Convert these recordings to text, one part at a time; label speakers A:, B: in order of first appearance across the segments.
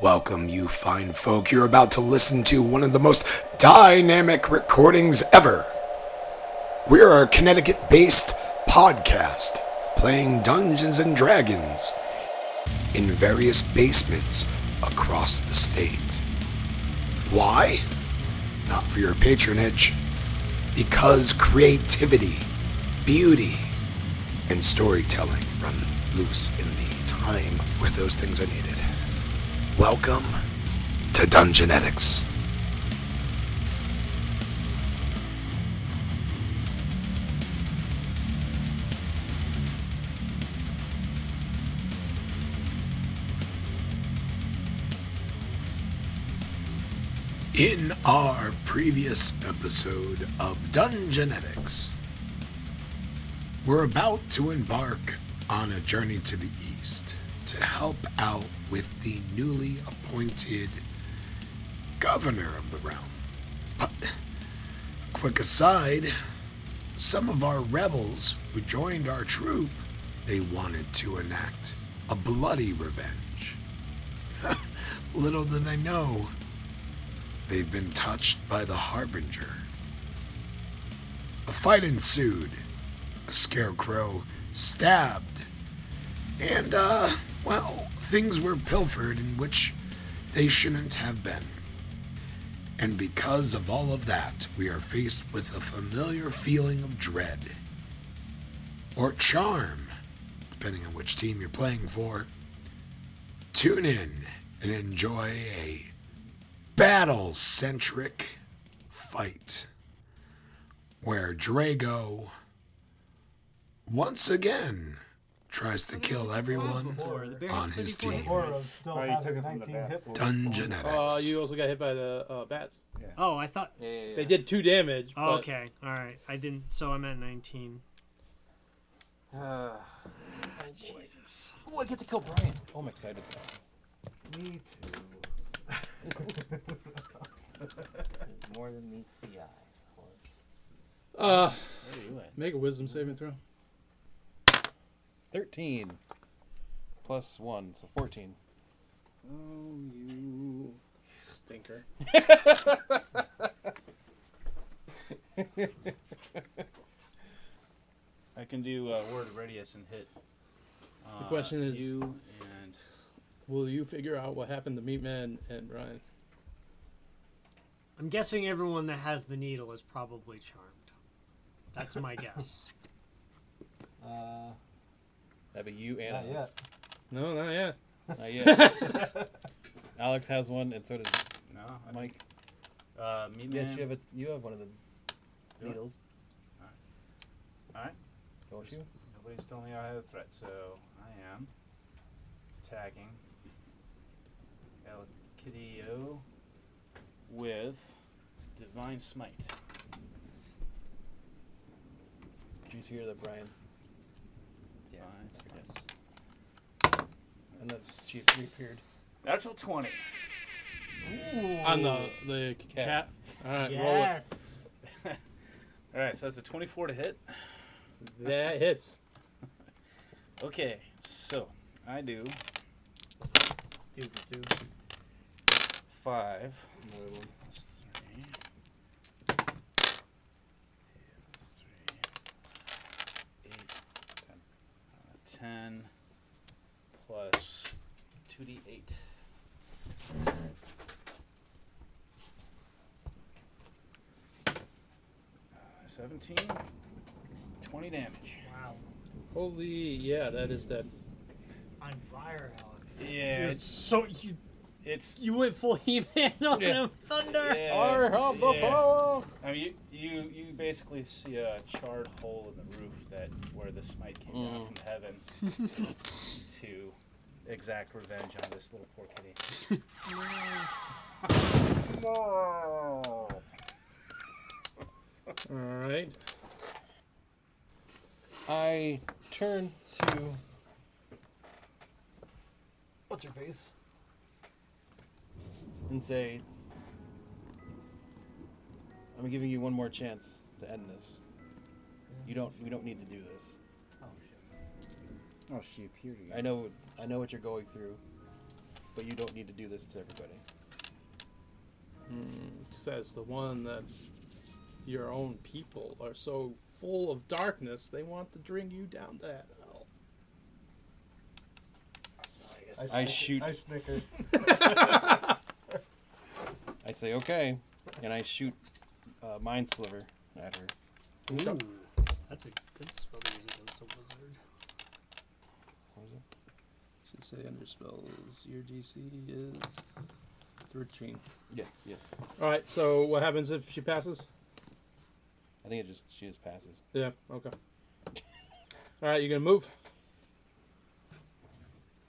A: Welcome, you fine folk. You're about to listen to one of the most dynamic recordings ever. We are a Connecticut based podcast playing Dungeons and Dragons in various basements across the state. Why? Not for your patronage. Because creativity, beauty, and storytelling run loose in the time where those things are needed. Welcome to Dungeonetics. In our previous episode of Dungeonetics, we're about to embark on a journey to the east to help out with the newly appointed governor of the realm. But, quick aside, some of our rebels who joined our troop, they wanted to enact a bloody revenge. Little did they know, they've been touched by the Harbinger. A fight ensued. A scarecrow stabbed and, uh, well, things were pilfered in which they shouldn't have been. And because of all of that, we are faced with a familiar feeling of dread. Or charm, depending on which team you're playing for. Tune in and enjoy a battle centric fight where Drago once again tries to kill everyone on his team.
B: still
C: Oh,
B: has 19 hit points.
A: Dungeonetics.
D: Uh, you also got hit by the uh, bats.
E: Oh, I thought.
D: They did two damage.
E: Oh,
D: but
E: okay, all right. I didn't. So I'm at 19.
F: Jesus. Oh, I get to kill Brian. Oh, I'm excited.
B: Me too.
F: More than meets the eye. Was
D: Uh, make a wisdom saving throw.
F: 13 plus 1, so 14.
D: Stinker.
C: I can do uh, word radius and hit. Uh,
D: question is-
C: you and
D: Will you figure out what happened to Meatman and Brian?
E: I'm guessing everyone that has the needle is probably charmed. That's my guess.
B: Uh,
F: That'd be you and
B: not yet.
F: Alex.
D: No, not yet.
F: Not yet. Alex has one, and so does
C: no. I
F: Mike.
C: think- Uh, meat man.
F: Yes, you have a, you have one of the
C: Do I?
F: needles,
C: Alright.
F: don't you?
C: Nobody's told me I have a threat, so I am attacking El Kidio with divine smite.
F: Did you hear that, Brian?
C: Divine Smite.
F: And the chief reappeared.
C: Natural twenty.
D: On the the cat.
F: Cat.
D: All right, roll it.
E: yes.
C: All right, so that's a twenty-four to hit.
D: That hits.
C: Okay, so I do five. Plus three. Plus three. Eight. Ten. Uh, ten plus two D eight. Seventeen. Twenty damage.
E: Wow.
D: Holy yeah, that is dead.
E: On fire, Alex.
C: Yeah,
E: You're
C: it's
E: so you
C: it's
E: you went full He-Man on
F: Yeah.
E: him. Thunder.
C: yeah, yeah. I mean, you, you you basically see a charred hole in the roof that where the smite came down
F: Mm.
C: from heaven to exact revenge on this little poor kitty. no.
D: All right.
F: I turn to. What's her face? And say, I'm giving you one more chance to end this. You don't. We don't need to do this.
C: Oh, she appeared again.
F: I know. I know what you're going through. but you don't need to do this to everybody.
D: Hmm, says the one that your own people are so full of darkness they want to bring you down to hell.
F: I
B: snicker-
F: shoot-
B: I snicker.
F: I say okay, and I shoot uh, mind sliver at her.
E: Ooh, that's a good spell to use against a wizard.
F: What is it?
D: Should say under spells, your DC is 13.
F: Yeah, yeah.
D: Alright, so what happens if she passes?
F: I think it just she just passes.
D: Yeah, okay. Alright, you gonna move?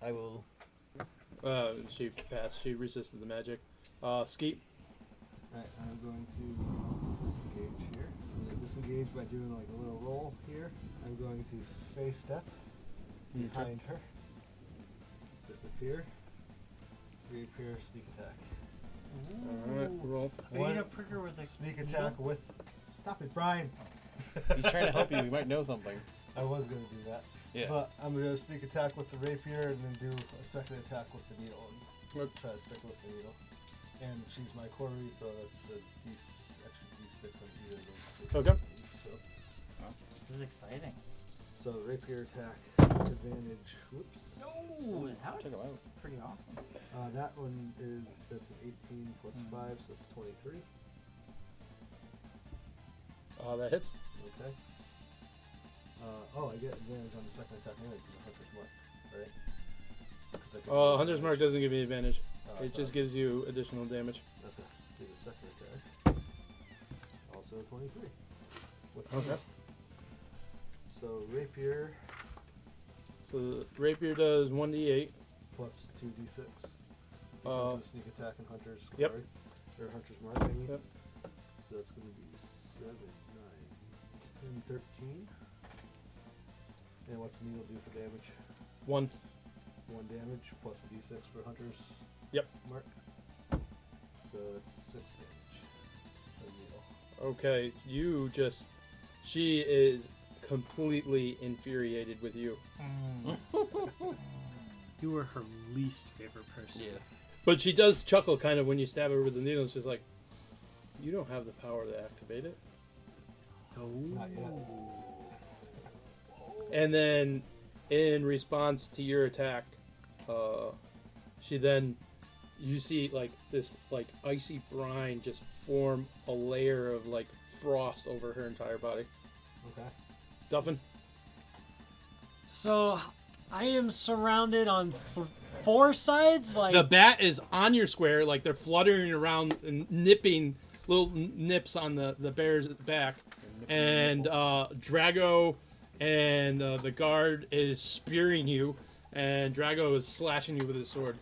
F: I will.
D: Uh, she passed, she resisted the magic. Uh, Skeet,
B: Right, I'm going to disengage here. I'm going to disengage by doing like a little roll here. I'm going to face step behind her, disappear, reappear, sneak attack.
D: alright, roll.
E: Are you gonna prick her with a
B: Sneak
E: needle?
B: attack with. Stop it, Brian!
F: He's trying to help you. He might know something.
B: I was going to do that.
F: Yeah.
B: But I'm going to sneak attack with the rapier and then do a second attack with the needle. And
D: Look.
B: try to stick with the needle. And she's my quarry, so that's a D, extra d6 on either of those.
D: Okay.
B: So,
E: This is exciting.
B: so rapier attack, advantage. Whoops.
E: No, that
F: Check 'em
E: was
F: out.
E: pretty awesome.
B: Uh, that one is, that's an 18 plus
D: Hmm.
B: 5, so that's 23.
D: Uh, that hits.
B: Okay. Uh, oh, I get advantage on the second attack anyway because of Hunter's Mark, right? 'Cause I can
D: Uh,
B: roll
D: Hunter's Mark
B: advantage.
D: doesn't give you advantage,
B: Oh, I
D: it just
B: thought-
D: gives you additional damage.
B: Okay, do the second attack. Also 23. With
D: Okay.
B: So rapier
D: So the rapier does 1d8.
B: plus 2d6.
D: Uh,
B: Because of sneak attack and Hunter's
D: yep.
B: Glory. Or Hunter's Mark, I mean.
D: Yep.
B: So that's going to be 7, 9, 10, 13. And what's the needle do for damage?
D: One.
B: 1 damage plus a d6 for Hunter's
D: Yep.
B: Mark. So that's 6 damage. for The needle.
D: Okay, you just. She is completely infuriated with you.
E: You were her least favorite person.
D: But she does chuckle kind of when you stab her with the needle. She's like, You don't have the power to activate it.
E: No.
B: Not yet.
D: And then, in response to your attack, uh, she then. You see, like, this, like, icy brine just form a layer of, like, frost over her entire body.
B: Okay.
D: Duffin?
E: So, I am surrounded on th- four sides. Like,
D: the bat is on your square, like they're fluttering around and nipping little n- nips on the the bear's back, and uh, Drago and uh, the guard is spearing you, and Drago is slashing you with his sword.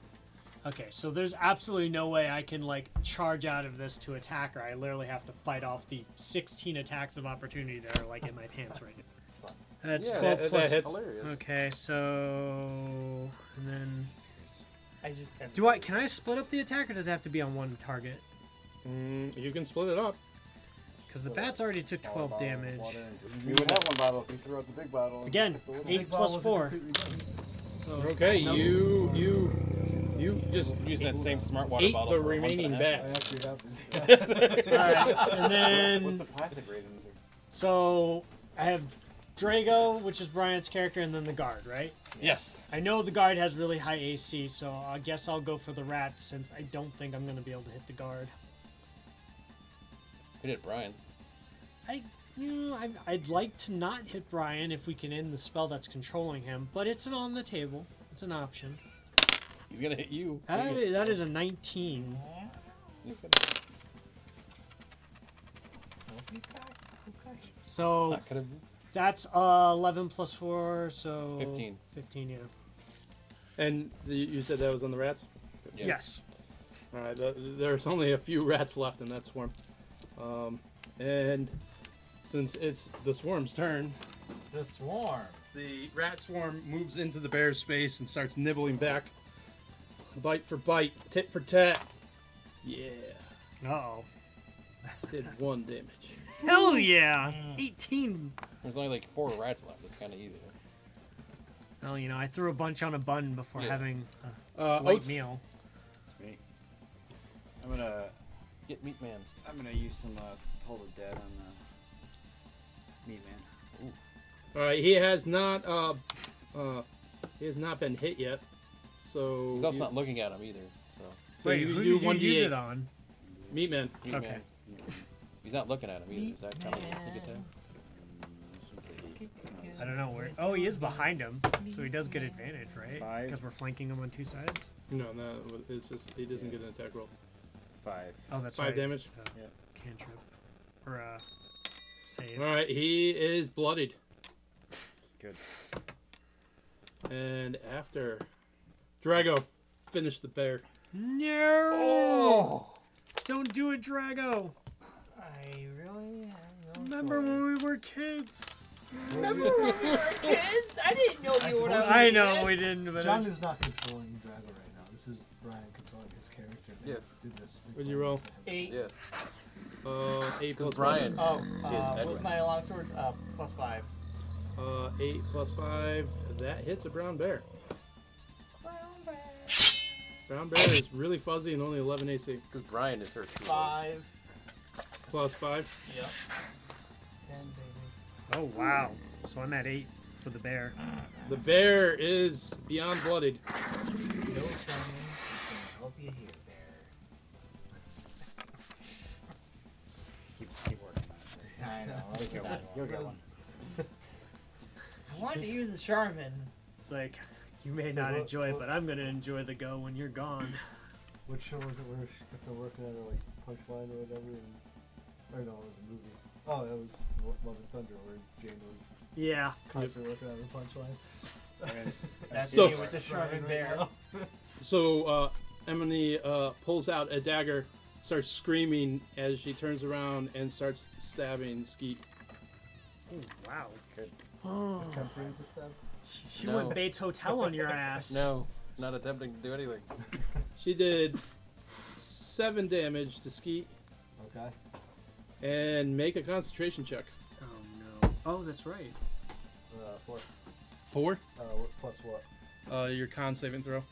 E: okay, so there's absolutely no way I can like charge out of this to attack her. I literally have to fight off the 16 attacks of opportunity that are like in my pants right now.
B: It's fine.
E: That's
G: Yeah,
E: 12
D: that-
E: plus.
D: that hits.
G: Hilarious.
E: Okay, so and then
C: I just kind of
E: do I? Can I split up the attack, or does it have to be on one target?
D: Mm, you can split it up.
E: Because the bats already took 12 damage.
G: You would have one bottle if you threw out the big bottle. and
E: Again,
G: took the little
E: eight plus four. So
D: Okay, you you you just
F: Using that same smart water
D: ate
F: bottle.
D: the
F: for a month and a
D: remaining
F: half.
B: I
D: bats.
B: actually have the
E: and
G: one. What's
E: then
G: the classic reason? to-
E: so I have Drago, which is Bryant's character, and then the guard, right?
D: Yes.
E: I know the guard has really high AC, so I guess I'll go for the rat since I don't think I'm gonna be able to hit the guard.
F: Hit it, Brian.
E: I, you know, I, I'd like to not hit Brian if we can end the spell that's controlling him, but it's an on the table. It's an option.
F: He's gonna hit you.
E: That is, that is a 19.
D: Oh.
E: So
F: Not gonna-
E: that's uh, 11 plus 4, so.
F: 15.
E: 15, yeah.
D: And the, you said that was on the rats.
F: Yes.
D: All right, th- there's only a few rats left in that swarm, um, and since it's the swarm's turn,
C: the swarm.
D: the rat swarm moves into the bear's space and starts nibbling back, bite for bite, tit for tat. Yeah,
E: Uh oh.
D: did one damage.
E: Hell yeah!
F: Mm.
E: 18.
F: There's only like four rats left. It's kind of easy.
E: Well, you know, I threw a bunch on a bun before
F: Yeah.
E: having
D: Uh,
E: a light
D: Oates,
E: meal.
C: I'm gonna
F: Get Meat Man.
C: I'm gonna use some uh, total dead on uh, me, man.
D: All right, he has not uh, uh, he has not been hit yet. So
F: He's also
D: you-
F: not looking at him either. So
D: so
E: Wait,
D: you
E: who
D: do
E: did you use
D: 1d8.
E: it on?
D: Meat man.
F: Meat
E: Okay.
F: Man. He's not looking at him either. Is that kind of to get there?
E: I don't know where. Oh, he is behind him, so he does get advantage, right?
C: Five.
E: Because we're flanking him on two sides.
D: No, no, it's just he doesn't get an attack roll.
C: Five.
E: Oh, that's
D: Five
E: right.
D: damage.
E: Uh,
C: Yeah.
E: Cantrip or uh, save.
D: All right, he is bloodied,
C: Good.
D: and after Drago finished the bear.
E: No! Don't do it, Drago.
H: Oh! I really have no
E: Remember when we were kids?
H: kids? I didn't know you were.
B: told-
H: I
E: I know we didn't, but
B: John is not controlling Drago right now. This is Brian controlling his character. They
F: Yes.
B: Did this
D: What'd you roll?
H: Eight.
F: Yes.
D: Uh, eight
F: Because
D: plus
F: Brian
H: Oh,
F: is
H: uh, with
F: Edwin.
H: my longsword, uh, plus five.
D: one. Uh, eight plus five. That hits a brown bear. Brown bear is really fuzzy and only 11 AC.
F: Because Brian is her true love.
H: Five.
D: Plus five.
H: Yep. Ten, baby.
E: oh wow! So I'm at eight for the bear.
D: The bear is beyond bloodied.
H: No shiny. Help you here, bear.
C: Keep, keep working on it.
H: I know.
C: You'll get one. You'll get one.
H: I wanted to use the Charmin.
E: It's like you may
B: So
E: not
B: what-
E: enjoy it,
B: what-
E: but I'm gonna enjoy the go when you're gone.
B: Which show was it where she kept on working on her like punchline or whatever? And, or no, it was a movie. Oh, that was Lo- Love and Thunder where Jane was
E: Yeah.
B: constantly working on the punchline.
H: That's
D: So-
H: me with the Charmin
B: Right
H: bear.
B: now.
D: So uh, Emily uh, pulls out a dagger, starts screaming as she turns around and starts stabbing Skeet.
E: Oh wow.
B: Attempting to stab.
E: She, she
F: No.
E: went Bates Hotel on your ass.
F: No, not attempting to do anything.
D: She did seven damage to Skeet
B: Okay.
D: and make a concentration check.
E: Oh no. Oh, that's right.
B: Uh, four.
D: Four.
B: Uh, what, plus what?
D: Uh, your con saving throw.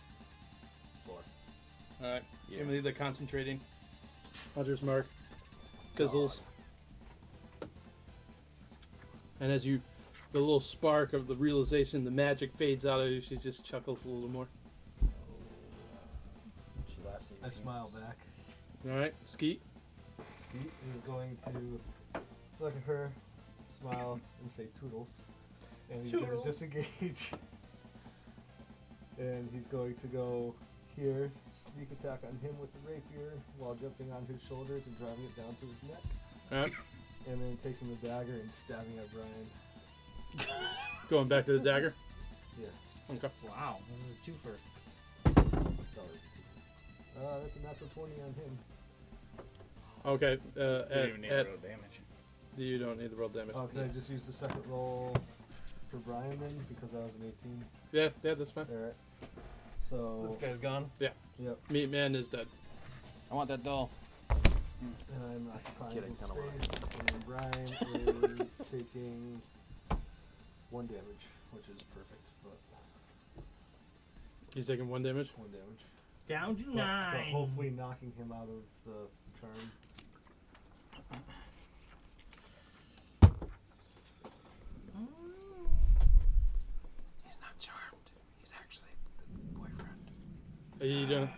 B: Four.
D: All right. Give me the concentrating. Hunter's mark. Fizzles. And as you, the little spark of the realization, the magic fades out of you. She just chuckles a little more.
C: She laughs at you.
B: I smile back.
D: All right, Skeet.
B: Skeet is going to look at her, smile, and say toodles. And he's going
H: Toodles.
B: to disengage. and he's going to go here, sneak attack on him with the rapier while jumping on his shoulders and driving it down to his neck.
D: All right,
B: And then taking the dagger and stabbing at Brian.
D: going back to the dagger.
B: Yeah,
D: Okay.
H: Wow, this is a twofer.
B: that's all right. Uh, that's a natural 20 on him.
D: Okay. Uh,
C: Didn't
D: at,
C: even need
D: at,
C: real damage.
D: you don't need the roll damage.
B: Oh, can I just use the second roll for Brian then? Because that was an 18.
D: Yeah, yeah, that's fine.
B: Alright. So,
G: guy's gone.
B: yep.
D: Meat man is dead.
F: I want that doll.
B: And I'm occupying
F: Kidding,
B: his
F: kinda wanted
B: space, and Brian is taking one damage, which is perfect, but
D: He's taking one damage.
B: one damage.
H: Down to
B: But, but
H: Oh, nine.
B: hopefully knocking him out of the charm.
F: He's not charmed. He's actually the boyfriend.
D: Are you doing?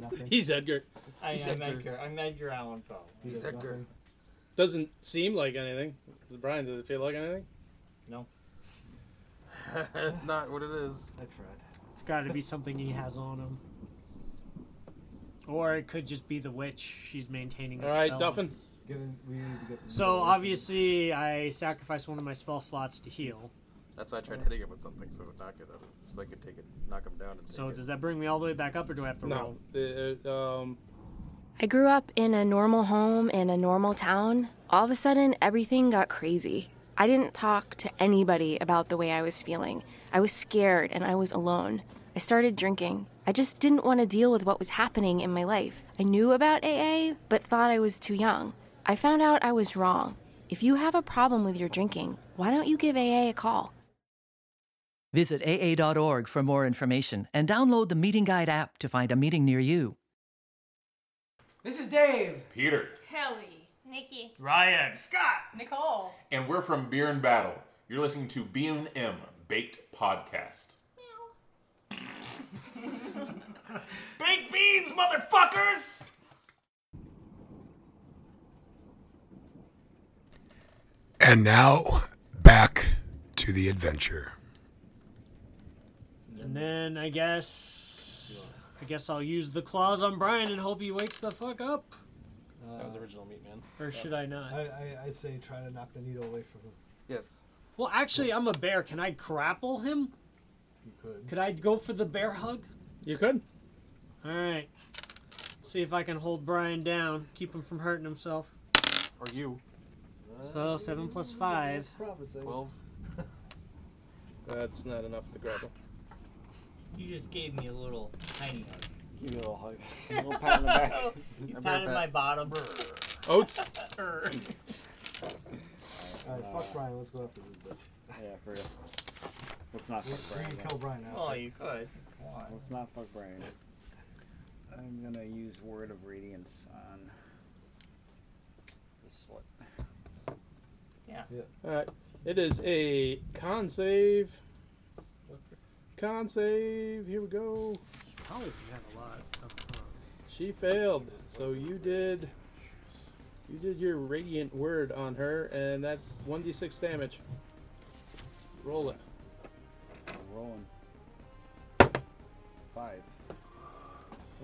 B: Nothing.
D: He's Edgar.
H: I
F: He's
H: am
F: Edgar.
H: Edgar. I'm Edgar Allan Poe.
B: he does
F: Edgar.
B: nothing.
D: Doesn't seem like anything. Brian, does it feel like anything?
F: That's not what it is.
B: I tried.
E: It's got to be something he has on him. Or it could just be the witch. She's maintaining. A
D: All right,
E: spell.
D: Duffin.
B: Given we need to get the
E: So
B: middle of
E: obviously, I sacrificed one of my spell slots to heal.
F: That's why I tried hitting him with something so it would knock it up. So I could take it, knock him down and
E: So
F: take
E: does that bring me all the way back up, or do I have to
D: No.
E: roll?
D: It- it, um,
I: I grew up in a normal home in a normal town. All of a sudden, everything got crazy. I didn't talk to anybody about the way I was feeling. I was scared and I was alone. I started drinking. I just didn't want to deal with what was happening in my life. I knew about AA, but thought I was too young. I found out I was wrong. If you have a problem with your drinking, why don't you give AA a call?
J: Visit AA.org for more information and download the Meeting Guide app to find a meeting near you.
K: This is Dave.
L: Peter.
M: Kelly. Nikki.
K: Ryan.
M: Scott. Nicole.
L: And we're from Beer and Battle. You're listening to B&M Baked Podcast.
K: Baked beans, motherfuckers!
A: And now, back to the adventure.
E: And then I guess I guess I'll use the claws on Brian and hope he wakes the fuck up.
F: that was original meat, man.
E: Or should I not?
B: I, I, I say try to knock the needle away from him.
F: Yes.
E: Well, actually, I'm a bear. Can I grapple him?
B: You could.
E: Could I go for the bear hug?
D: You could.
E: All right. See if I can hold Brian down, keep him from hurting himself.
F: Or you.
E: So seven plus five.
B: Promising.
F: Twelve.
D: That's not enough to grapple.
H: You just gave me a little tiny hug.
G: Give you a little hug. A little pat on the back.
H: you
G: A bear
H: patted
G: pat.
H: my bottom.
D: Oats.
B: Alright, fuck Brian, let's go after this bitch.
G: Yeah, for real. Let's not
B: We-
G: fuck
B: we
G: Brian.
B: can kill Brian
H: Oh, you could.
G: Let's not fuck Brian. I'm gonna use Word of Radiance on this slut.
H: Yeah.
D: All right. It is a con save. Con save. Here we go.
E: Probably have a lot.
D: She failed. So you did. You did your radiant word on her, and that 1d6 damage. Roll it.
G: Rolling. Five.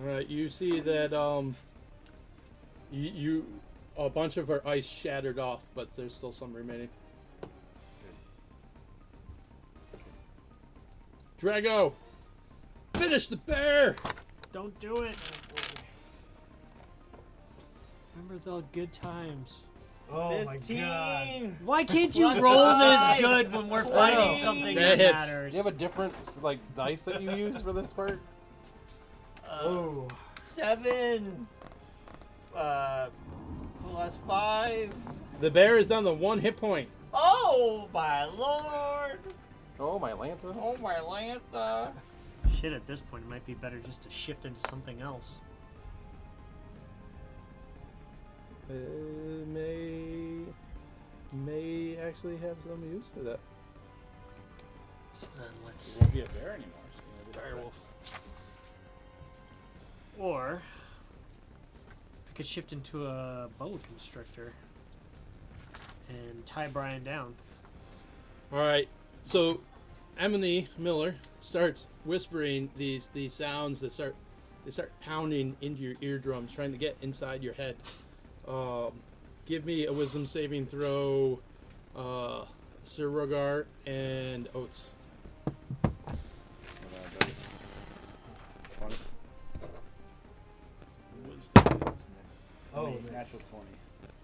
D: All right. You see that um. You, you a bunch of her ice shattered off, but there's still some remaining. Drago, finish the bear.
E: Don't do it. Remember the good times.
B: Oh my god.
E: Why can't you roll this good when we're fighting something that, matters?
F: You have a different like dice that you use for this part.
B: oh.
H: Seven. Uh, plus five.
D: The bear is down to one hit point.
H: Oh my lord.
F: Oh my lanta.
H: Oh my lantha.
E: Shit, at this point, it might be better just to shift into something else.
D: Uh, may may actually have some use to that.
E: So then let's.
G: It won't be a bear anymore.
E: Direwolf. Or I could shift into a boa constrictor and tie Brian down.
D: All right. So, Emily Miller starts whispering these these sounds that start they start pounding into your eardrums, trying to get inside your head. Um, give me a wisdom saving throw, uh, Sir Rogar and Oates.
G: Twenty.
B: Oh,
G: Twenty,
B: nice.
G: natural twenty.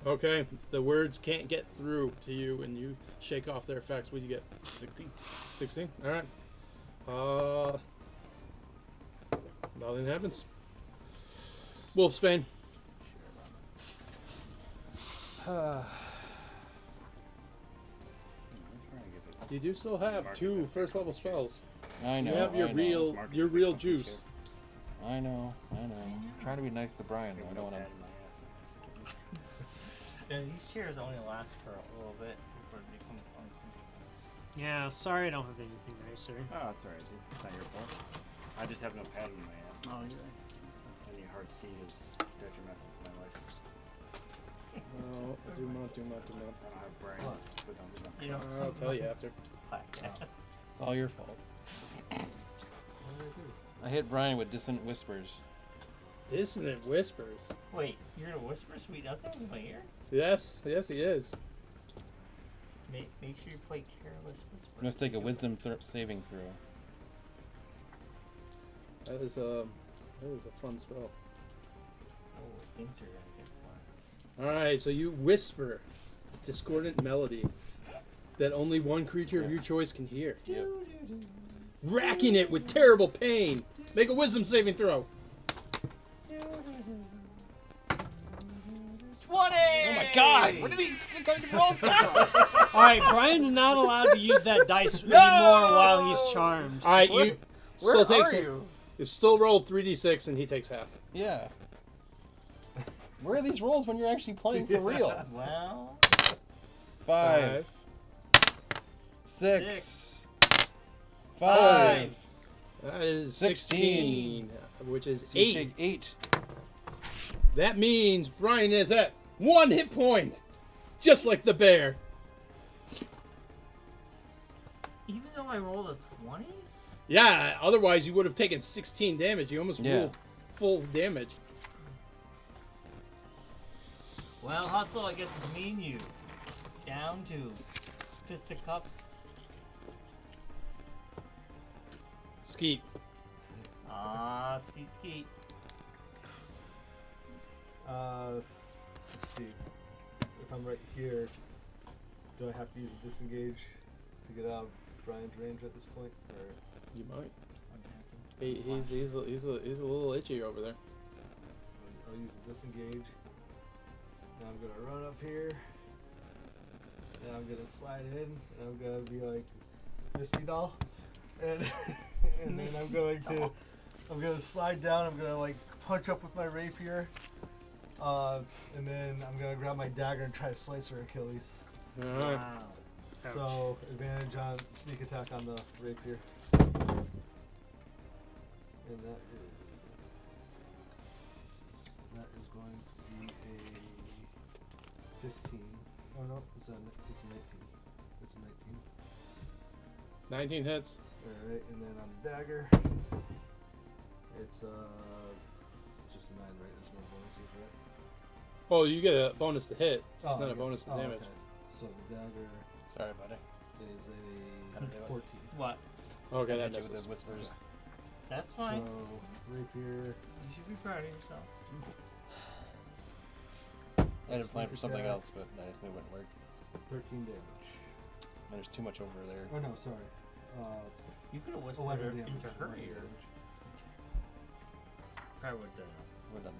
D: Okay, the words can't get through to you, and you shake off their effects. What do you get? Sixteen. Sixteen. All right. Uh, nothing happens. Wolfsbane.
G: Hmm,
D: You do still have two first level spells.
F: I know.
D: You have your
F: I know.
D: real your real juice.
F: I know. I know. I'm trying to be nice to Brian. though. I don't want to.
H: Yeah, these chairs only last for a little bit before they become uncomfortable.
E: Yeah, sorry I don't have anything nicer.
G: Oh, it's alright, dude. It's not your fault. I just have no pad in my ass. Oh, you're right. Any hard seat is detrimental to my life.
D: No, do not, do not, do
G: I
D: not.
G: don't have brains, but don't do that.
D: I'll tell you after.
F: It's all your fault. I hit Brian with dissonant whispers.
D: Dissonant whispers.
H: Wait, you're gonna whisper sweet nothings in my ear?
D: Yes, yes, he is.
H: Make, make sure you play careless whisper.
F: You must take a wisdom thro saving throw.
D: That is a that is a fun spell.
H: Oh, things are gonna get fun.
D: All right, so you whisper discordant melody that only one creature of your choice can hear. Racking it with terrible pain. Make a wisdom saving throw.
H: Twenty! Oh my
F: God, where did he stick all the rolls come from?
E: Alright, Brian's not allowed to use that dice
D: No!
E: anymore while he's charmed.
D: All right, you
F: where
D: still takes
F: are
D: it.
F: you?
D: You still roll 3d6 and he takes half.
F: Yeah. Where are these rolls when you're actually playing for real?
H: Well,
F: Five. Six.
D: Five.
F: Five.
D: That is 16,
F: 16.
D: which is
F: So you
D: 8.
F: take eight.
D: That means Brian is at one hit point, just like the bear.
H: even though I rolled a 20?
D: Yeah, otherwise you would have taken 16 damage. You almost
H: Yeah.
D: rolled full damage.
H: Well, Hotzo, I guess it's me and you. Down to fisticuffs.
D: Skeet.
H: Ah, skeet skeet.
B: Uh, let's see. If I'm right here, do I have to use a disengage to get out of Brian's range at this point? Or
D: you might. He, he's, he's, a- he's, a, he's a little itchy over there.
B: I'll use a disengage. Now I'm gonna run up here. And I'm gonna slide in. And I'm gonna be like Misty Doll. And and then I'm
H: Misty
B: going to
H: Doll.
B: I'm gonna slide down, I'm gonna like punch up with my rapier. Uh, and then I'm gonna grab my dagger and try to slice her Achilles.
D: Alright.
B: So advantage on sneak attack on the rapier. And that is that is going to be a fifteen. Oh no, it's a ni- it's a nineteen. It's a nineteen.
D: 19 hits.
B: Alright, and then on the dagger it's uh just a nine, right? There's no bonuses, right?
D: Oh, you get a bonus to hit. It's
B: Oh,
D: not
B: okay.
D: a bonus to
B: Oh,
D: damage.
B: okay. So the dagger
F: Sorry, buddy.
B: is
F: Gotta do
B: a
F: it.
B: fourteen.
H: What?
D: Okay,
F: I
D: that
F: hit you
D: misses.
F: with the whispers.
H: That's fine.
B: So rapier
H: You should be proud of yourself.
F: I had it planned for something
B: attack.
F: else, but I just knew it wouldn't work.
B: 13 damage.
F: There's too much over there.
B: Oh no, sorry. Uh,
H: You could Oh, have whispered
B: 11
H: her
B: damage.
H: into her
B: 11
H: ear.
B: damage.
H: Probably would have done nothing.
F: We've done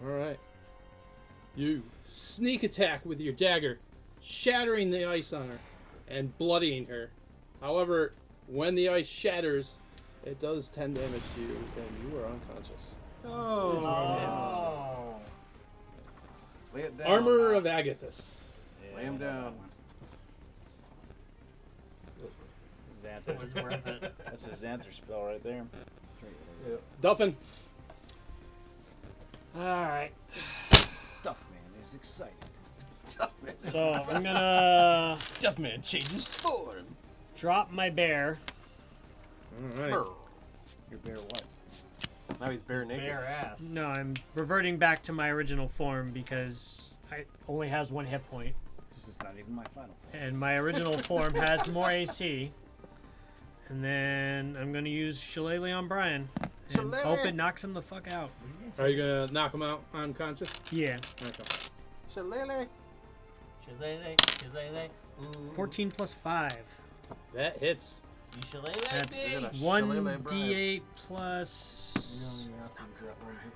F: nothing.
D: Alright. You sneak attack with your dagger, shattering the ice on her and bloodying her. However, when the ice shatters, it does 10 damage to you and you are unconscious.
H: Oh.
F: Lay it
D: Armor of Agathis.
F: Lay him down.
G: Xanther.
H: was worth it.
G: That's a Xanther spell right there.
D: Duffin.
E: Alright.
G: Duff man is excited.
E: So I'm gonna
F: Duff man changes form.
E: drop my bear.
F: Alright. Your bear what? Now he's bare naked.
E: No, I'm reverting back to my original form because I only has one hit point,
G: This is not even my final.
E: and my original form has more AC. And then I'm gonna use Shillelagh on Brian and
D: Shillelagh.
E: hope it knocks him the fuck out.
D: Are you gonna knock him out unconscious?
E: Yeah.
D: Okay.
F: Shillelagh.
H: Shillelagh, shillelagh. Ooh.
E: 14 plus five.
D: That hits.
H: You shillelagh,
E: That's
H: bitch.
E: one d8 plus.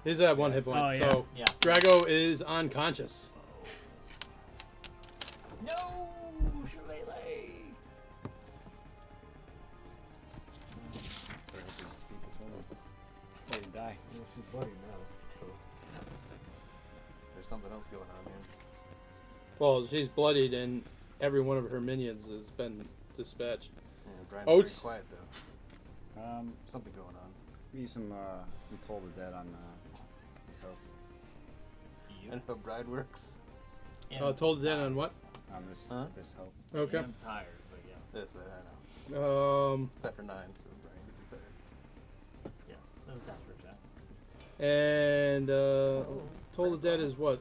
D: He's at one hit point.
E: Oh, yeah.
D: So
E: Yeah.
D: Drago is unconscious.
H: No, shillelagh.
G: Better hope he doesn't beat this one up. Let him die.
B: Well, she's bloody now. So.
L: There's something else going on here.
D: Well, she's bloodied and every one of her minions has been dispatched.
L: Brian's very
D: Oats.
L: quiet though.
G: Um,
L: Something going on.
G: we use some uh, some toll the dead on uh, his health.
L: And how bride works.
E: Oh,
D: Uh, told dead on what?
G: On this this health.
D: Okay.
H: I'm tired, but yeah.
L: This, I don't
D: Um,
L: know. Except for nine, so Brian gets it back.
H: Yes, that was after that.
D: and uh, told the dead is what?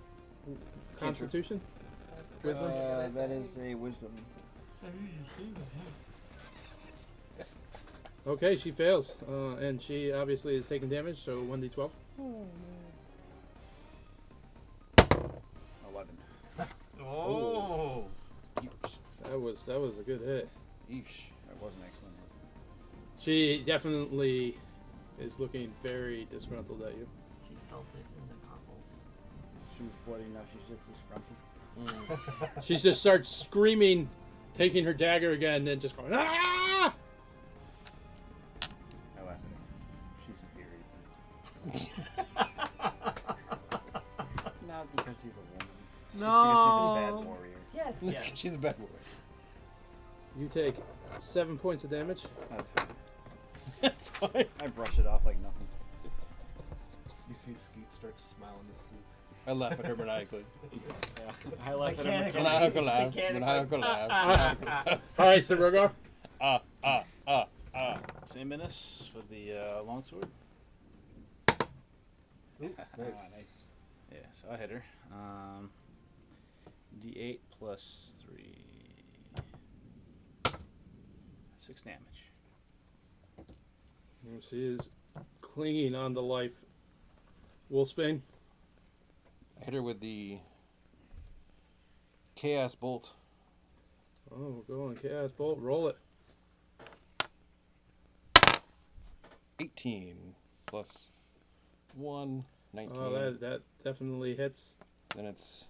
D: Constitution. Wisdom?
N: Uh, that is a wisdom.
D: Okay, she fails, uh, and she obviously is taking damage. So one d twelve.
G: Eleven.
H: Oh.
D: That was that was a good hit.
G: Eesh. That was an excellent hit.
D: She definitely is looking very disgruntled at you.
H: She felt it in the cockles.
N: She was bloody enough. She's just disgruntled.
D: She just starts screaming, taking her dagger again, and just going
G: I
D: ah.
G: laugh at her. She's infuriated.
F: No. She's a bad warrior.
O: Yes. Yeah.
F: She's a bad warrior.
D: You take seven points of damage.
F: That's fine. That's fine. I brush it off like nothing.
B: You see Skeet start to smile in his sleep.
F: I laugh at her maniacally.
B: I laugh at her
F: Maniacal laugh, maniacal laugh, maniacal laugh.
D: All right, so Rogar.
C: Ah, ah, ah, ah. Same menace with the uh, longsword. nice. Yeah, so I hit her. Um, D8 plus 3. 6 damage.
D: And She is clinging on to life. Wolfsbane.
F: I hit her with the chaos bolt.
D: Oh, go on, Chaos Bolt. Roll it.
F: 18 plus 1, 19.
D: Oh, that, that definitely hits.
F: Then it's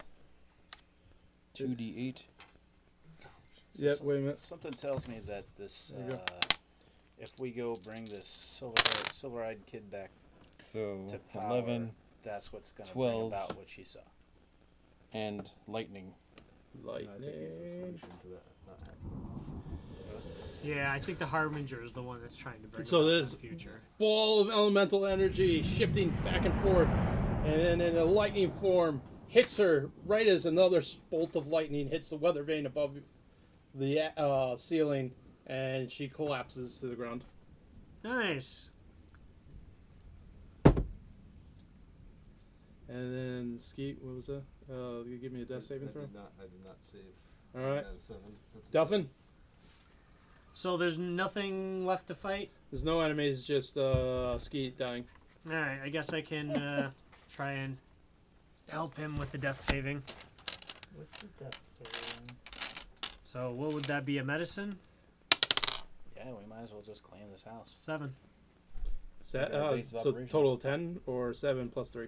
F: 2d8.
D: Yep, wait a minute.
C: Something tells me that this,
D: There you
C: uh,
D: go.
C: if we go bring this silver silver-eyed kid back
F: So
C: to power,
F: 11,
C: that's what's going to
F: 12.
C: bring about what she saw.
F: and lightning.
D: Lightning.
E: Yeah, I think the Harbinger is the one that's trying to bring.
D: So
E: about
D: this
E: the future.
D: ball of elemental energy shifting back and forth, and then in a lightning form hits her right as another s- bolt of lightning hits the weather vane above the uh, ceiling, and she collapses to the ground.
E: Nice.
D: And then Skeet, what was that? Uh, you give me a death saving
B: I
D: throw.
B: did not. I did not save.
D: All right.
B: That's seven. That's a
D: Duffin,
E: So there's nothing left to fight.
D: there's no enemies, just uh, Skeet dying.
E: All right, I guess I can uh, try and help him with the death saving.
O: With the death saving.
E: So what would that be? A medicine?
C: Yeah, we might as well just claim this house.
E: Seven.
D: Se- uh,
C: Base of
D: so
C: operations.
D: total ten or seven plus three.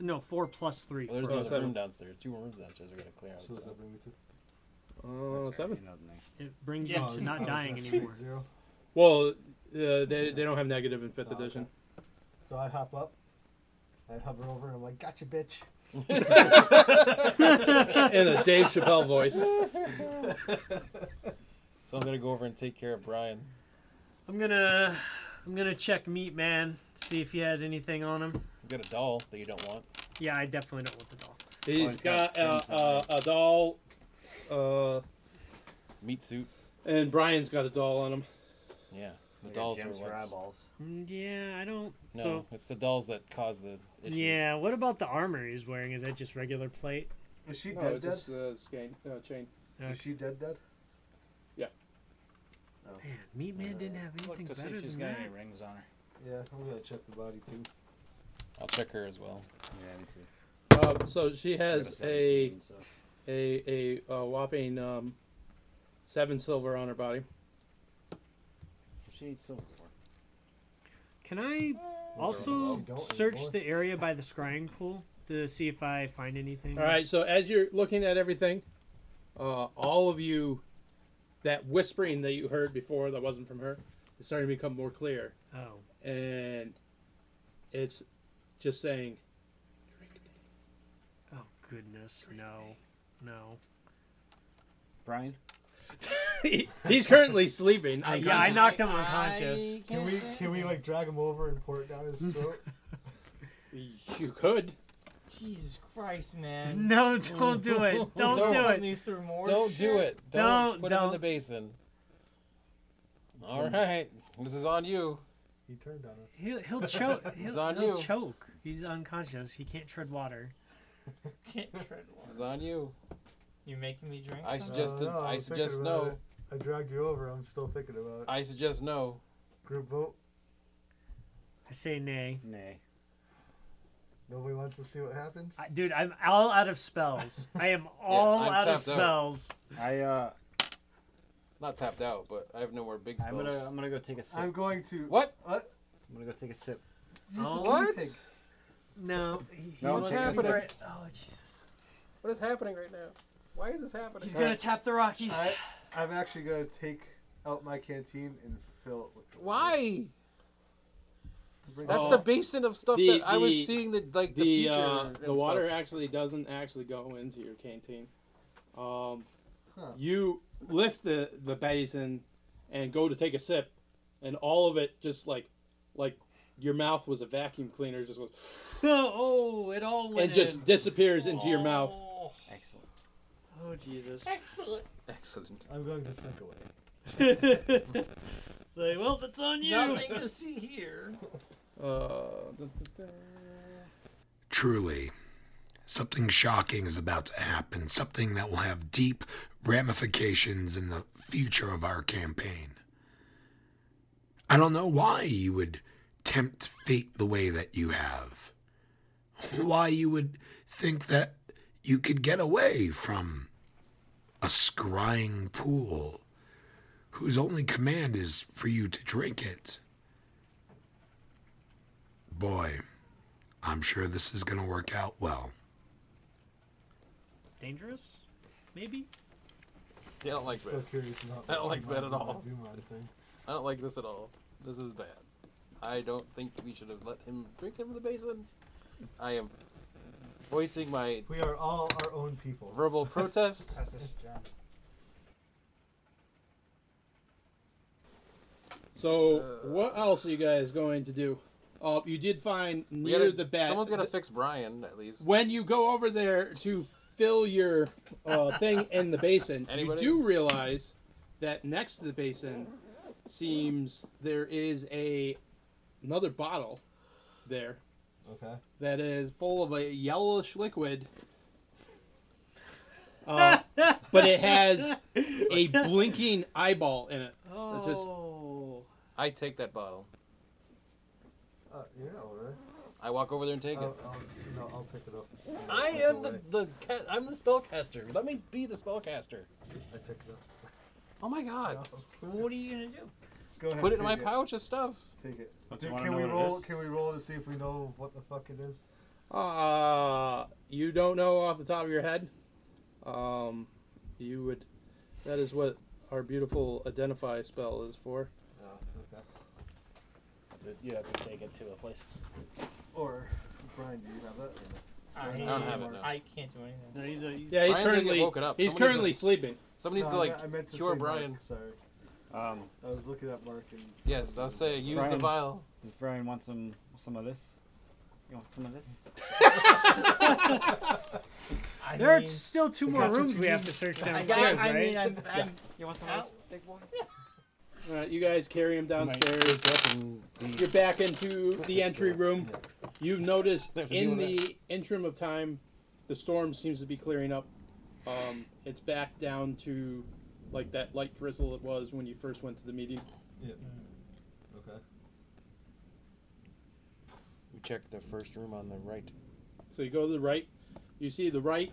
E: No, four plus three.
F: Well, there's
D: Oh,
F: another
D: seven.
F: room downstairs. Two rooms downstairs. We're gonna clear out.
B: So does
F: so-
B: that bring me to?
D: Uh, seven.
E: It brings
B: Yeah,
E: you
B: it's-
E: to
B: oh,
E: not
B: it's
E: dying
B: just
E: anymore.
B: zero.
D: Well, uh, they, they don't have negative in fifth edition.
B: So I hop up. I hover over and I'm like, "Gotcha, bitch."
D: In a Dave Chappelle voice.
F: So I'm gonna go over and take care of Brian.
E: I'm gonna, I'm gonna check Meat Man, see if he has anything on him.
F: You got a doll that you don't want.
E: Yeah, I definitely don't want the doll.
D: He's got uh, uh, a doll. Uh,
F: Meat suit.
D: And Brian's got a doll on him.
F: Yeah, the
C: Like a
F: dolls
C: gems
F: were
C: for
F: once-
C: eyeballs.
E: Mm, Yeah, I don't.
F: No,
E: So
F: it's the dolls that cause the. Issues.
E: yeah, what about the armor he's wearing? Is that just regular plate?
B: Is she
D: No,
B: dead?
D: it's
B: Dead?
D: just uh, skein- uh, chain.
B: Is she dead? Dead?
D: Yeah.
B: No.
E: Man, Meat Man didn't have anything
C: to see
E: better
C: if she's
E: than
C: got
E: that.
C: any rings on her.
B: Yeah, I'm gonna check the body too.
F: I'll check her as well.
C: Yeah, me too.
D: Uh, so she has a a a, uh whopping um, seven silver on her body.
C: She needs silver for.
E: Can I also search the area by the scrying pool to see if I find anything?
D: All right. So as you're looking at everything, uh, all of you, that whispering that you heard before that wasn't from her, is starting to become more clear,
E: Oh.
D: and it's just saying,
E: Oh goodness, no, no.
F: Brian.
D: he's currently sleeping.
E: yeah, I knocked him unconscious.
B: Can we can we like drag him over and pour it down his throat?
D: You could.
H: Jesus Christ, man.
E: No, don't do it. Don't do
H: Put
E: it.
H: me through more
F: Don't do
H: shit?
F: it. Don't,
E: Don't-
F: put him in the
E: don't.
F: basin. All right, this is on you.
B: He turned on us.
E: He'll he'll choke.
F: It's
E: He'll,
F: on
E: he'll
F: you.
E: choke. He's unconscious. He can't tread water.
H: Can't tread
F: This
H: water.
F: is on you.
H: You're making me drink.
F: I
H: some?
F: suggested.
B: No, no,
F: I
B: I'm
F: suggest
B: thinking about
F: no.
B: it. I dragged you over. I'm still thinking about it.
F: I suggest no.
B: Group vote.
E: I say nay.
F: Nay.
B: Nobody wants to see what happens.
E: I, dude, I'm all out of spells. I am all
F: I'm
E: out of
F: tapped out.
E: spells.
G: I uh,
F: Not tapped out, but I have no more big spells.
G: I'm gonna I'm gonna go take a sip.
B: I'm
G: I'm,
B: going to.
F: What?
B: What?
G: gonna go take a sip.
B: Use
E: Oh,
B: the
E: what?
B: guinea pig.
E: No. He, he
G: No,
E: wants
G: it's
E: to
G: happening.
E: break- Oh Jesus.
F: What is happening right now? Why is this happening?
H: He's gonna tap the Rockies.
B: I, I'm actually going to take out my canteen and fill it with.
F: Why?
P: That's the basin of stuff
D: Oh. The-
P: that I was
D: the-
P: seeing the like the, future.
D: uh,
P: and
D: the water
P: stuff.
D: actually doesn't actually go into your canteen. Um, You lift the the basin and go to take a sip, and all of it just like like your mouth was a vacuum cleaner, just goes
E: oh, it all went
D: and just
E: in.
D: disappears into your mouth.
E: Excellent. Oh Jesus.
K: Excellent.
P: Excellent.
B: I'm going to slink away.
E: it's like, well, that's on you.
K: Nothing to see here.
D: Uh,
A: Truly, something shocking is about to happen, something that will have deep ramifications in the future of our campaign. I don't know why you would tempt fate the way that you have, why you would think that you could get away from a scrying pool whose only command is for you to drink it. Boy. I'm sure this is going to work out well.
E: Dangerous? Maybe?
P: Yeah, I don't like
B: Still
P: that.
B: curious about
P: I don't
B: what
P: like
B: Dumont
P: that at
B: did
P: all.
B: with Dumont thing.
P: I don't like this at all. This is bad. I don't think we should have let him drink out of the basin. I am voicing my
B: We are all our own people.
P: verbal protest.
D: So
P: Uh.
D: what else are you guys going to do? Uh, you did find
P: We
D: near
P: gotta-
D: the bat.
P: Someone's got to fix Brian at least.
D: when you go over there to fill your uh, thing in the basin,
P: Anybody?
D: you do realize that next to the basin seems there is a another bottle there
B: Okay.
D: that is full of a yellowish liquid. Uh, but it has a blinking eyeball in it. It's just-
E: Oh.
P: I take that bottle.
B: Uh, you're not over
P: I walk over there and take
B: I'll,
P: it.
B: I'll, no, I'll pick Oh. it up. and
P: I
B: slink
P: am the,
B: away.
P: the ca- I'm the spellcaster. Let me be the spellcaster.
B: I pick it up.
P: Oh my god!
B: What
E: are you gonna do?
B: Go ahead.
P: Put it in
B: take
P: my pouch of stuff.
B: Take it.
P: Don't
B: Do-
P: you wanna
B: can
P: know
B: we
P: what it
B: roll?
P: is?
B: Can we roll to see if we know what the fuck it is?
D: Uh, you don't know off the top of your head. Um, you would. That is what our beautiful identify spell is for.
B: okay.
G: You have to take it to a place.
B: Or Brian, do you have that?
G: I
B: Or no?
G: don't have it, no.
H: I can't do anything.
E: No, he's a, he's
D: Yeah,
P: Brian's
D: he's
P: gonna get
D: currently
P: woken up.
D: he's
P: Somebody's
D: currently
P: gonna-
D: sleeping.
P: Somebody needs
B: No,
P: to
B: I
P: like
B: meant- I meant to
P: cure
B: say
P: Brian.
B: Mark, sorry.
G: Um,
B: I was looking at Mark and.
P: Yes, I was saying use the
G: Brian-
P: vial.
G: Does Brian want some some of this? You want some of this?
E: there are still two more rooms we have to search
G: I- I-
E: downstairs,
G: I
E: right?
G: mean, I'm-
D: I'm
G: You want some of this, big boy?
D: All right, you guys carry him downstairs. You're back into the entry room. You've noticed
P: Never
D: in
P: knew
D: the interim of time, the storm seems to be clearing up. Um, it's back down to like that light drizzle it was when you first went to the meeting.
B: Yeah. Okay.
F: We checked the first room on the right.
D: So you go to the right. You see the right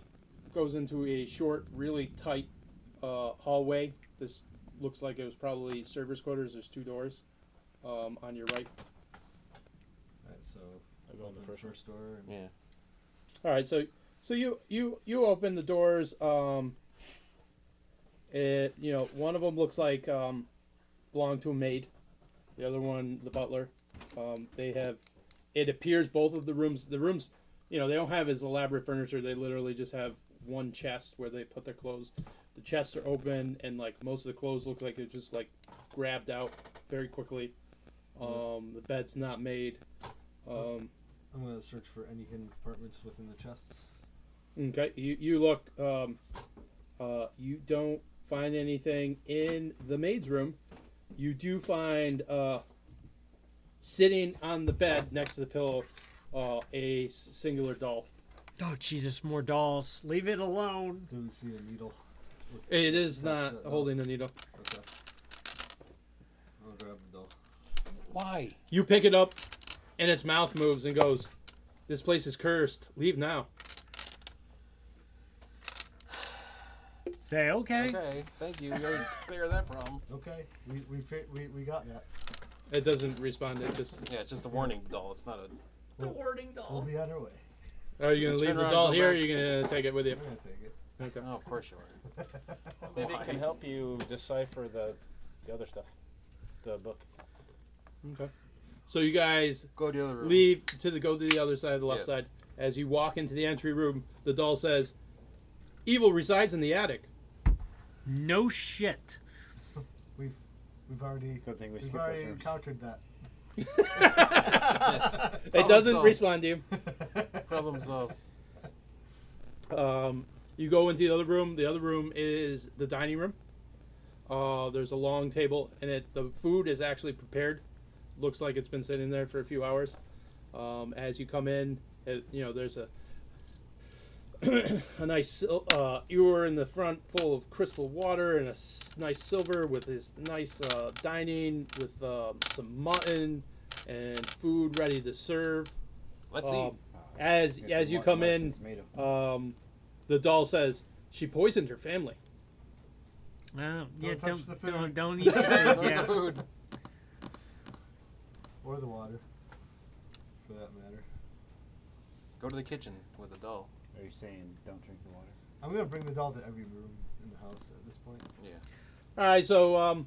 D: goes into a short, really tight uh, hallway. This looks like it was probably service quarters. There's two doors um, on your right.
B: Alright, so I go on the first, door. And
F: Yeah.
D: All right, so so you you you open the doors. Um, it you know one of them looks like um, belonged to a maid, the other one the butler. Um, they have it appears both of the rooms the rooms you know they don't have as elaborate furniture. They literally just have one chest where they put their clothes. The chests are open and like most of the clothes look like they're just like grabbed out very quickly. Um, the bed's not made. Um,
B: I'm gonna search for any hidden compartments within the chests.
D: Okay, you, you look, um, uh, you don't find anything in the maid's room. You do find, uh, sitting on the bed next to the pillow, uh, a s- singular doll.
E: Oh Jesus, more dolls. Leave it alone.
B: Do we see a needle? With-
D: It is
B: attached
D: not
B: to that
D: holding a needle.
B: doll? Okay. I'll grab the doll.
F: Why?
D: You pick it up, and its mouth moves and goes, This place is cursed. Leave now.
E: Say okay.
P: Okay, thank you. You already cleared that problem.
B: Okay, we we fi- we, we got that.
D: It doesn't respond. It just.
P: Yeah, it's just a warning doll. It's not a.
B: We'll,
H: Warding doll.
B: we'll be on our way.
D: Are you going to
P: Turn
D: leave the
P: around,
D: doll
P: go
D: here, or are
P: back.
D: you going to take it with you?
B: I'm gonna take it.
D: Okay.
P: Oh, of course you are.
G: Maybe it
P: Why?
G: can help you decipher the the other stuff, the book.
D: Okay. So you guys
P: go to the other room.
D: leave to the go to the other side of the left
P: Yes.
D: side. As you walk into the entry room, the doll says, "Evil resides in the attic."
E: No shit.
B: We've we've already
N: we
B: have
N: skipped
B: already
N: those rooms.
B: encountered that.
D: It
F: Oh,
B: Problem
D: doesn't
B: solved.
D: respond to you.
P: Problem solved.
D: Um, you go into the other room. The other room is the dining room. Uh, there's a long table, and it the food is actually prepared. Looks like it's been sitting there for a few hours. Um, as you come in, it, you know there's a a nice sil- uh, ewer in the front, full of crystal water, and a s- nice silver with his nice uh, dining with uh, some mutton and food ready to serve.
P: Let's
D: Um,
P: eat.
D: As
P: Here's
D: as
P: some
D: you
P: mut-
D: come
P: mutton
D: in,
P: and tomato.
D: um, the doll says she poisoned her family.
E: Well, yeah,
B: touch
E: don't
B: the food.
E: don't, don't eat the food. yeah.
B: Or the water, for that matter.
P: Go to the kitchen with a doll.
G: Are you saying don't drink the water?
B: I'm gonna bring the doll to every room in the house at this point.
P: Yeah.
D: All right, so um,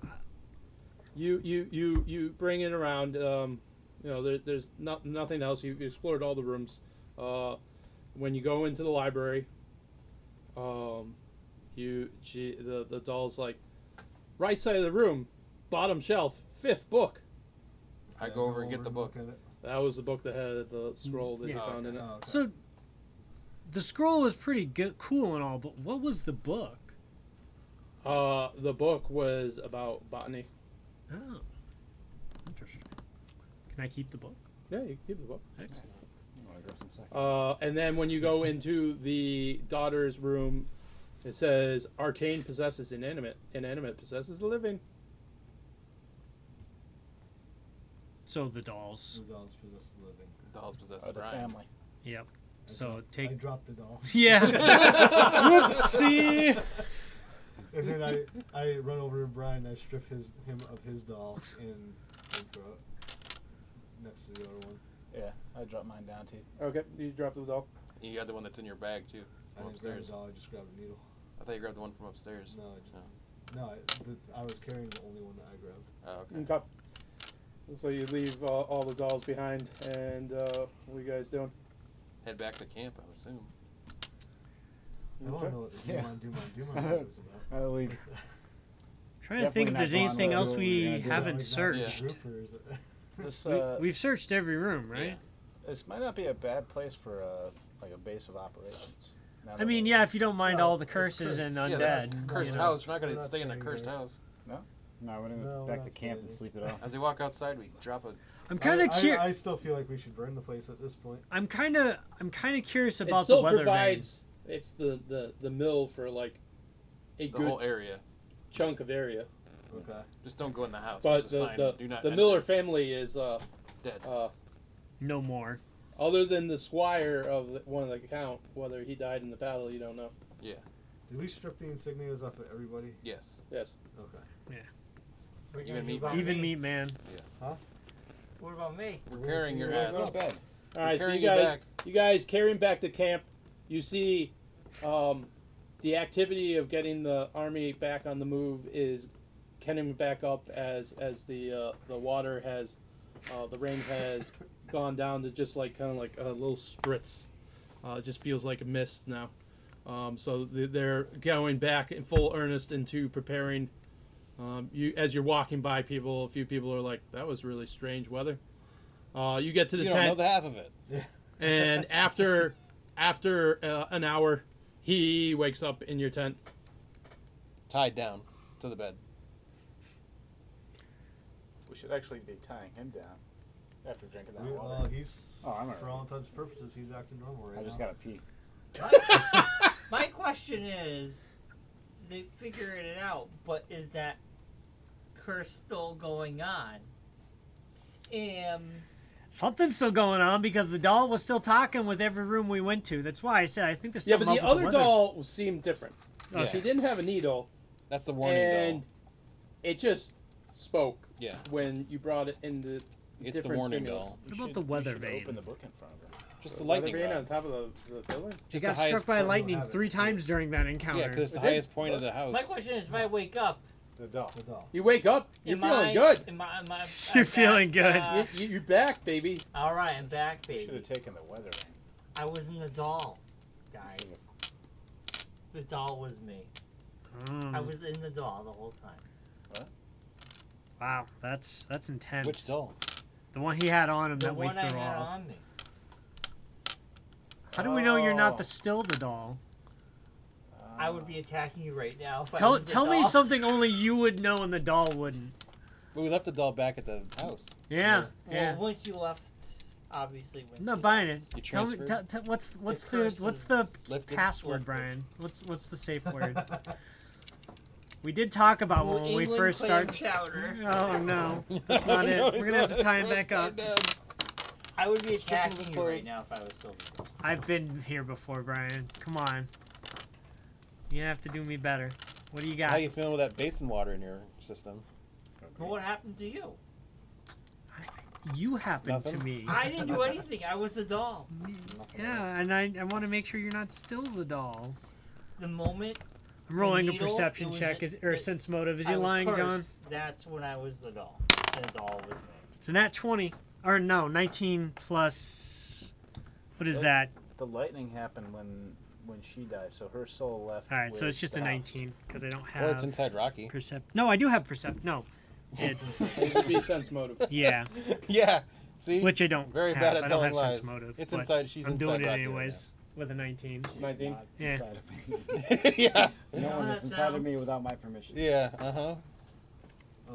D: you you you you bring it around. Um, you know, there, there's not, nothing else. You explored all the rooms. Uh, when you go into the library, um, you she, the the doll's like right side of the room, bottom shelf, fifth book.
P: I go over and get the book.
D: That was the book that had the scroll that you
E: Yeah.
D: found in
B: Oh,
D: it.
E: So the scroll was pretty good, cool and all, but what was the book?
D: Uh, the book was about botany.
E: Oh, interesting. Can I keep the book?
D: Yeah, you can keep the book.
E: Excellent.
D: Uh, and then when you go into the daughter's room, it says arcane possesses inanimate, inanimate possesses the living.
E: So the dolls.
B: The dolls possess the living.
P: Dolls possess
E: Or the
P: Brian.
E: family. Yep.
B: I
E: So
B: dropped-
E: take.
B: I dropped the doll.
E: Yeah. Whoopsie.
B: And then I, I run over to Brian. I strip his him of his doll and, and throw it next to the other one.
G: Yeah, I dropped mine down too.
D: Okay, you dropped the doll.
P: You got the one that's in your bag too.
B: I
P: From
B: didn't grab a
P: upstairs.
B: doll. I just grabbed a needle.
P: I thought you grabbed the one from upstairs.
B: No, I just, no. I, the, I was carrying the only one that I grabbed.
P: Oh, okay.
D: Okay. So you leave uh, all the dolls behind, and uh, what are you guys doing?
P: Head back to camp, I would assume.
B: I want
D: Okay.
B: to know what the
N: Yeah.
B: Dumon Dumon Dumon was about.
N: I leave.
E: Trying to think if there's anything else we haven't
B: Is that like
E: searched.
B: group or is it-
G: This
E: We,
G: uh,
E: we've searched every room, right?
G: this might not be a bad place for uh, like a base of operations. Now
E: I
G: that
E: mean,
G: we're-
E: yeah, if you don't mind
G: No,
E: all the
G: it's
E: curses and
G: cursed. Yeah,
E: undead.
G: that's
P: Cursed
E: you know.
P: house. We're not
B: We're
P: gonna
B: not
P: stay in a
B: staying
P: cursed
B: there.
P: house.
G: No, no, we're gonna
B: No,
G: go
B: we're
G: back
B: not
G: to camp
B: staying
G: and
B: there.
G: sleep it off.
P: As we walk outside, we drop a.
E: I'm
B: I-
E: kind of
B: I-
E: curious.
B: I still feel like we should burn the place at this point.
E: I'm kind of I'm kind of curious
D: it
E: about
D: still
E: the weather vane.
D: provides it's the, the the mill for like a
P: The
D: good
P: whole area.
D: chunk of area.
B: Okay.
P: Just don't go in the house.
D: But
P: There's a
D: the
P: sign,
D: the,
P: do not
D: the
P: enter.
D: Miller family is uh,
P: Dead.
D: uh,
E: No more.
D: other than the squire of the, one of the count, whether he died in the battle, you don't know.
P: Yeah.
B: Did we strip the insignias off of everybody?
P: Yes.
D: Yes.
B: Okay.
E: Yeah.
B: We're
P: Even
B: gonna
P: me,
B: do about-
P: Brian.
D: E.
E: Even meat man.
O: What about me?
P: We're carrying your
G: Yeah,
P: ass.
G: go to bed.
D: All right, so
P: carrying
D: you
P: you
D: guys,
P: back.
D: you guys carry him back to camp. You see, um, the activity of getting the army back on the move is getting back up as as the uh, the water has, uh, the rain has gone down to just like kind of like a little spritz. Uh, it just feels like a mist now. Um, so th- they're going back in full earnest into preparing. Um, you as you're walking by people, a few people are like, "That was really strange weather." Uh, you get to the
P: you don't
D: tent
P: know the half of it.
D: and after after uh, an hour, he wakes up in your tent.
P: Tied down to the bed.
G: We should actually be tying him down after drinking that
B: We-
G: water.
B: well, he's
G: Oh, I'm
B: for all intents and purposes, he's acting normal right
G: I just
B: now.
G: gotta pee.
H: My question is, they figured it out, but is that curse still going on? Um,
E: Something's still going on because the doll was still talking with every room we went to. That's why I said I think there's
D: Yeah,
E: something
D: but the
E: up
D: other
E: with the weather.
D: doll seemed different.
E: Yeah.
D: She didn't have a needle,
P: That's the warning
D: Oh, and
P: doll.
D: it just spoke
P: Yeah.
D: when you brought it in the.
P: It's the
D: different
P: warning
D: stimulus.
P: doll.
E: What about the weather
G: should
E: vane?
G: Open the book in front of her.
P: Just the
D: Weather
P: lightning
D: vane
P: rod.
D: on top of the, the building.
E: She
P: Just
E: got
P: the highest
E: struck by
P: point.
E: lightning
B: have it.
E: three times during that encounter.
P: Yeah, because it's the
D: It did.
P: highest point of the house.
H: my question is, if I wake up,
B: The doll. The doll.
D: You wake up. You're
H: Am
D: feeling
H: I-
D: good.
H: Am I, am
E: You're
H: I, I'm back,
E: feeling good.
H: uh,
D: you, you're back, baby.
H: all right, I'm back, baby.
C: Should have taken the weather.
H: I was in the doll, guys. The doll was me.
E: Mm. Hmm.
H: I was in the doll the whole time. What?
E: Wow, that's that's intense.
H: Which doll?
E: The one he had on him
H: The
E: that we
H: one I
E: threw
H: had
E: off.
H: on me.
E: How do we know you're not
H: Oh.
E: the still the doll?
H: I would be attacking you right now. If I
E: Tell
H: was the
E: tell me
H: doll.
E: something only you would know and the doll wouldn't.
P: But we left the doll back at the house.
E: Yeah,
H: Well,
E: yeah.
H: once you left, obviously. When
E: I'm not
H: you
E: buying it.
H: left.
E: Tell me, tell, tell, what's what's the,
H: curse
E: what's
H: is
E: the
H: lifted,
E: password,
H: lifted.
E: Brian? What's what's the safe word? we did talk about
H: New
E: one Uh, when we
H: England
E: first
H: clam
E: started.
H: chowder.
E: Oh no, that's not it.
H: No,
E: We're gonna have to
H: it's
E: tie him
H: not.
E: back up.
H: I would be
E: Stick him in
H: attacking
E: the
H: you right
E: clothes.
H: now if I was still the doll.
E: I've been here before, Brian. Come on. You have to do me better. What do you got?
P: How you feeling with that basin water in your system?
H: But what happened to you?
E: You happened to me.
H: I didn't do anything. I was the doll.
E: Yeah, and I, I want to make sure you're not still the doll.
H: The moment.
E: I'm rolling
H: the
E: a
H: needle, it
E: perception
H: was
E: check
H: the-
E: is, or
H: it-
E: sense motive. Is
H: I
E: he
H: was
E: lying, John?
H: cursed. That's when I was the doll. And the doll was me.
E: It's a nat 20. Or no, 19 plus. What is
C: Nope.
E: that?
C: The lightning happened when when she died, so her soul left.
E: All right, so
C: with
E: it's just
C: the
E: a
C: house.
E: 19 because I don't have.
C: Well, it's inside
P: Rocky.
E: Percept. No, I do have percept. No, it's.
D: It would be sense motive.
E: Yeah.
P: yeah. See.
E: Which I don't.
P: Very
E: have.
P: bad at
E: I don't
P: telling
E: have
P: lies.
E: sense motive.
P: It's
E: but
P: inside. She's
E: I'm
P: inside
E: doing it
P: Rocky right
E: anyways with a 19.
D: 19.
E: Yeah.
P: yeah.
N: No one
E: that
N: is inside of me
E: sounds-
N: without my permission.
P: Yeah. Uh huh.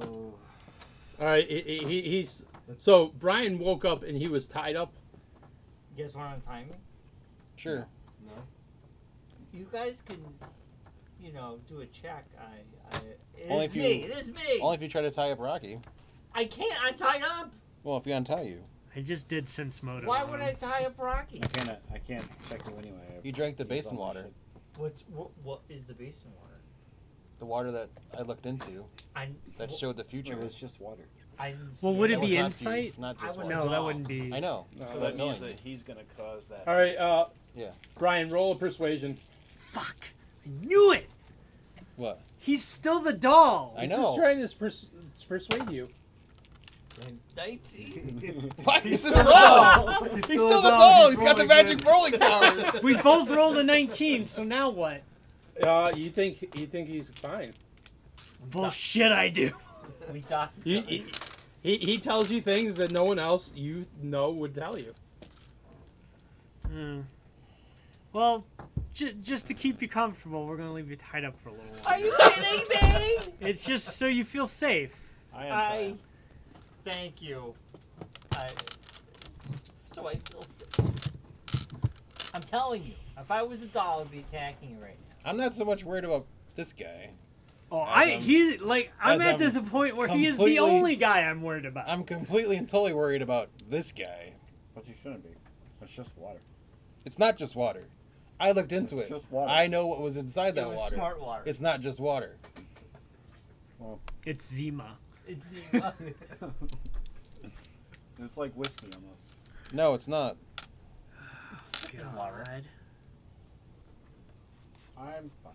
N: Oh.
D: All right, he, he, he- he's so Brian woke up and he was tied up.
H: You guys want to time me?
P: Sure.
H: No. You guys can, you know, do a check. I, I it
P: Only
H: is
P: if you-
H: me. It is me.
P: Only if you try to tie up Rocky.
H: I can't. I'm tied up.
P: Well, if we untie you.
E: I just did sense motive.
H: Why would I tie up Rocky?
P: I can't. I can't check you anyway. You drank the basin water.
H: What's what? What is the basin water?
P: The water that I looked into.
H: I.
P: That
H: wh-
P: showed the future.
N: It was just water.
H: I didn't see
E: Well, would
P: That
E: it
P: was
E: be
P: not
E: insight?
P: you, not just water.
E: no, that wouldn't be.
P: I know.
C: So that means that he's gonna cause that.
D: All right, uh,
P: Yeah.
D: Brian, roll a persuasion.
E: I knew it.
P: What?
E: He's still the doll.
D: He's just trying to pers- persuade you.
H: Nineteen.
P: Why?
D: He's
P: He's, still
D: still a
P: the doll.
D: doll.
P: He's,
D: He's
P: still,
D: still a
P: the
D: doll.
P: doll.
D: He's
P: He's got the
D: rolling
P: magic
D: good.
P: rolling power.
E: we both rolled a 19, so now what?
D: Uh, you think you think he's fine?
E: Bullshit, I do.
H: we doc.
D: You, he, he he tells you things that no one else you know would tell you.
E: Hmm. Well, j- just to keep you comfortable, we're gonna leave you tied up for a little while.
H: Are you kidding me?
E: It's just so you feel safe.
C: I
H: I. Thank you. I. So I feel sick. I'm telling you, if I was a doll, I'd be attacking you right now.
P: I'm not so much worried about this guy.
E: Oh,
P: As
E: I
P: I'm-
E: he like I'm
P: as
E: at
P: I'm
E: the point where he is the
P: completely-
E: only guy I'm worried about.
P: I'm completely and totally worried about this guy.
N: But you shouldn't be. It's just water.
P: It's not just water. I looked into it.
N: It's just water.
P: I know what was inside that
H: was
P: water.
H: smart water.
P: It's not just water.
E: It's Zima.
H: It's
N: It's like whiskey almost.
P: No, it's not.
E: God.
N: I'm fine.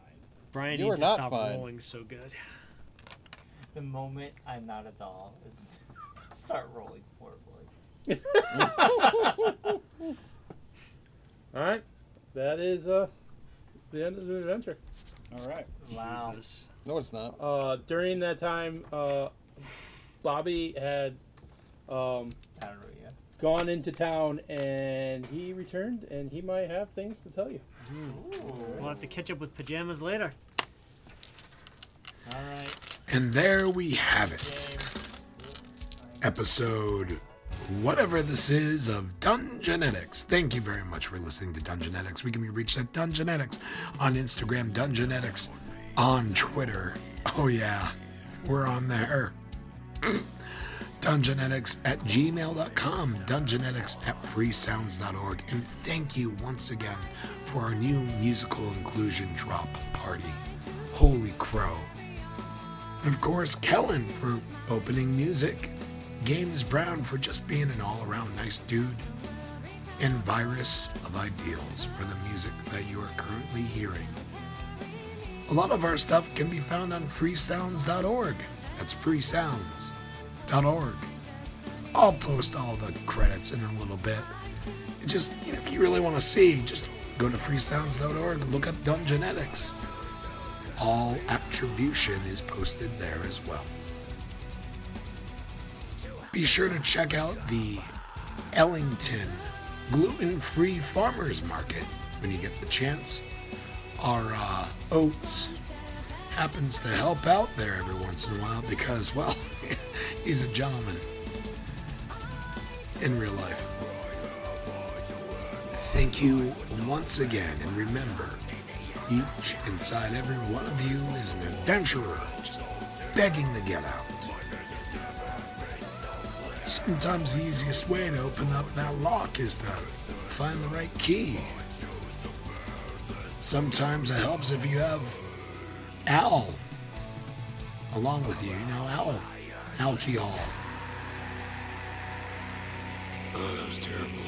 E: Brian
P: You
E: needs
P: are
E: to
P: not
E: stop
P: fine.
E: rolling so good.
H: the moment I'm not a doll is start rolling horribly.
D: All right, that is uh the end of the adventure.
N: All right.
H: Wow.
P: No, it's not.
D: Uh, during that time, uh, Bobby had um,
H: I don't know yet.
D: gone into town and he returned and he might have things to tell you.
E: We'll have to catch up with pajamas later.
H: All right.
A: And there we have it. Episode whatever this is of Dungeonetics. Thank you very much for listening to Dungeonetics. We can be reached at Dungeonetics on Instagram, Dungeonetics on Twitter. Oh, yeah, we're on there. Dungeonetics at gmail.com, Dungeonetics at freesounds.org. And thank you once again for our new musical inclusion drop party. Holy Crow. Of course, Kellen for opening music, Games Brown for just being an all around nice dude, and Virus of Ideals for the music that you are currently hearing. A lot of our stuff can be found on freesounds.org. That's freesounds.org. I'll post all the credits in a little bit. It just, you know, if you really want to see, just go to freesounds.org, look up Dungeonetics. All attribution is posted there as well. Be sure to check out the Ellington Gluten Free Farmers Market when you get the chance. Our uh, Oats happens to help out there every once in a while because, well, he's a gentleman in real life. Thank you once again, and remember, each inside every one of you is an adventurer just begging to get out. Sometimes the easiest way to open up that lock is to find the right key. Sometimes it helps if you have Al along with you. You know, Al, alcohol. Oh, that was terrible.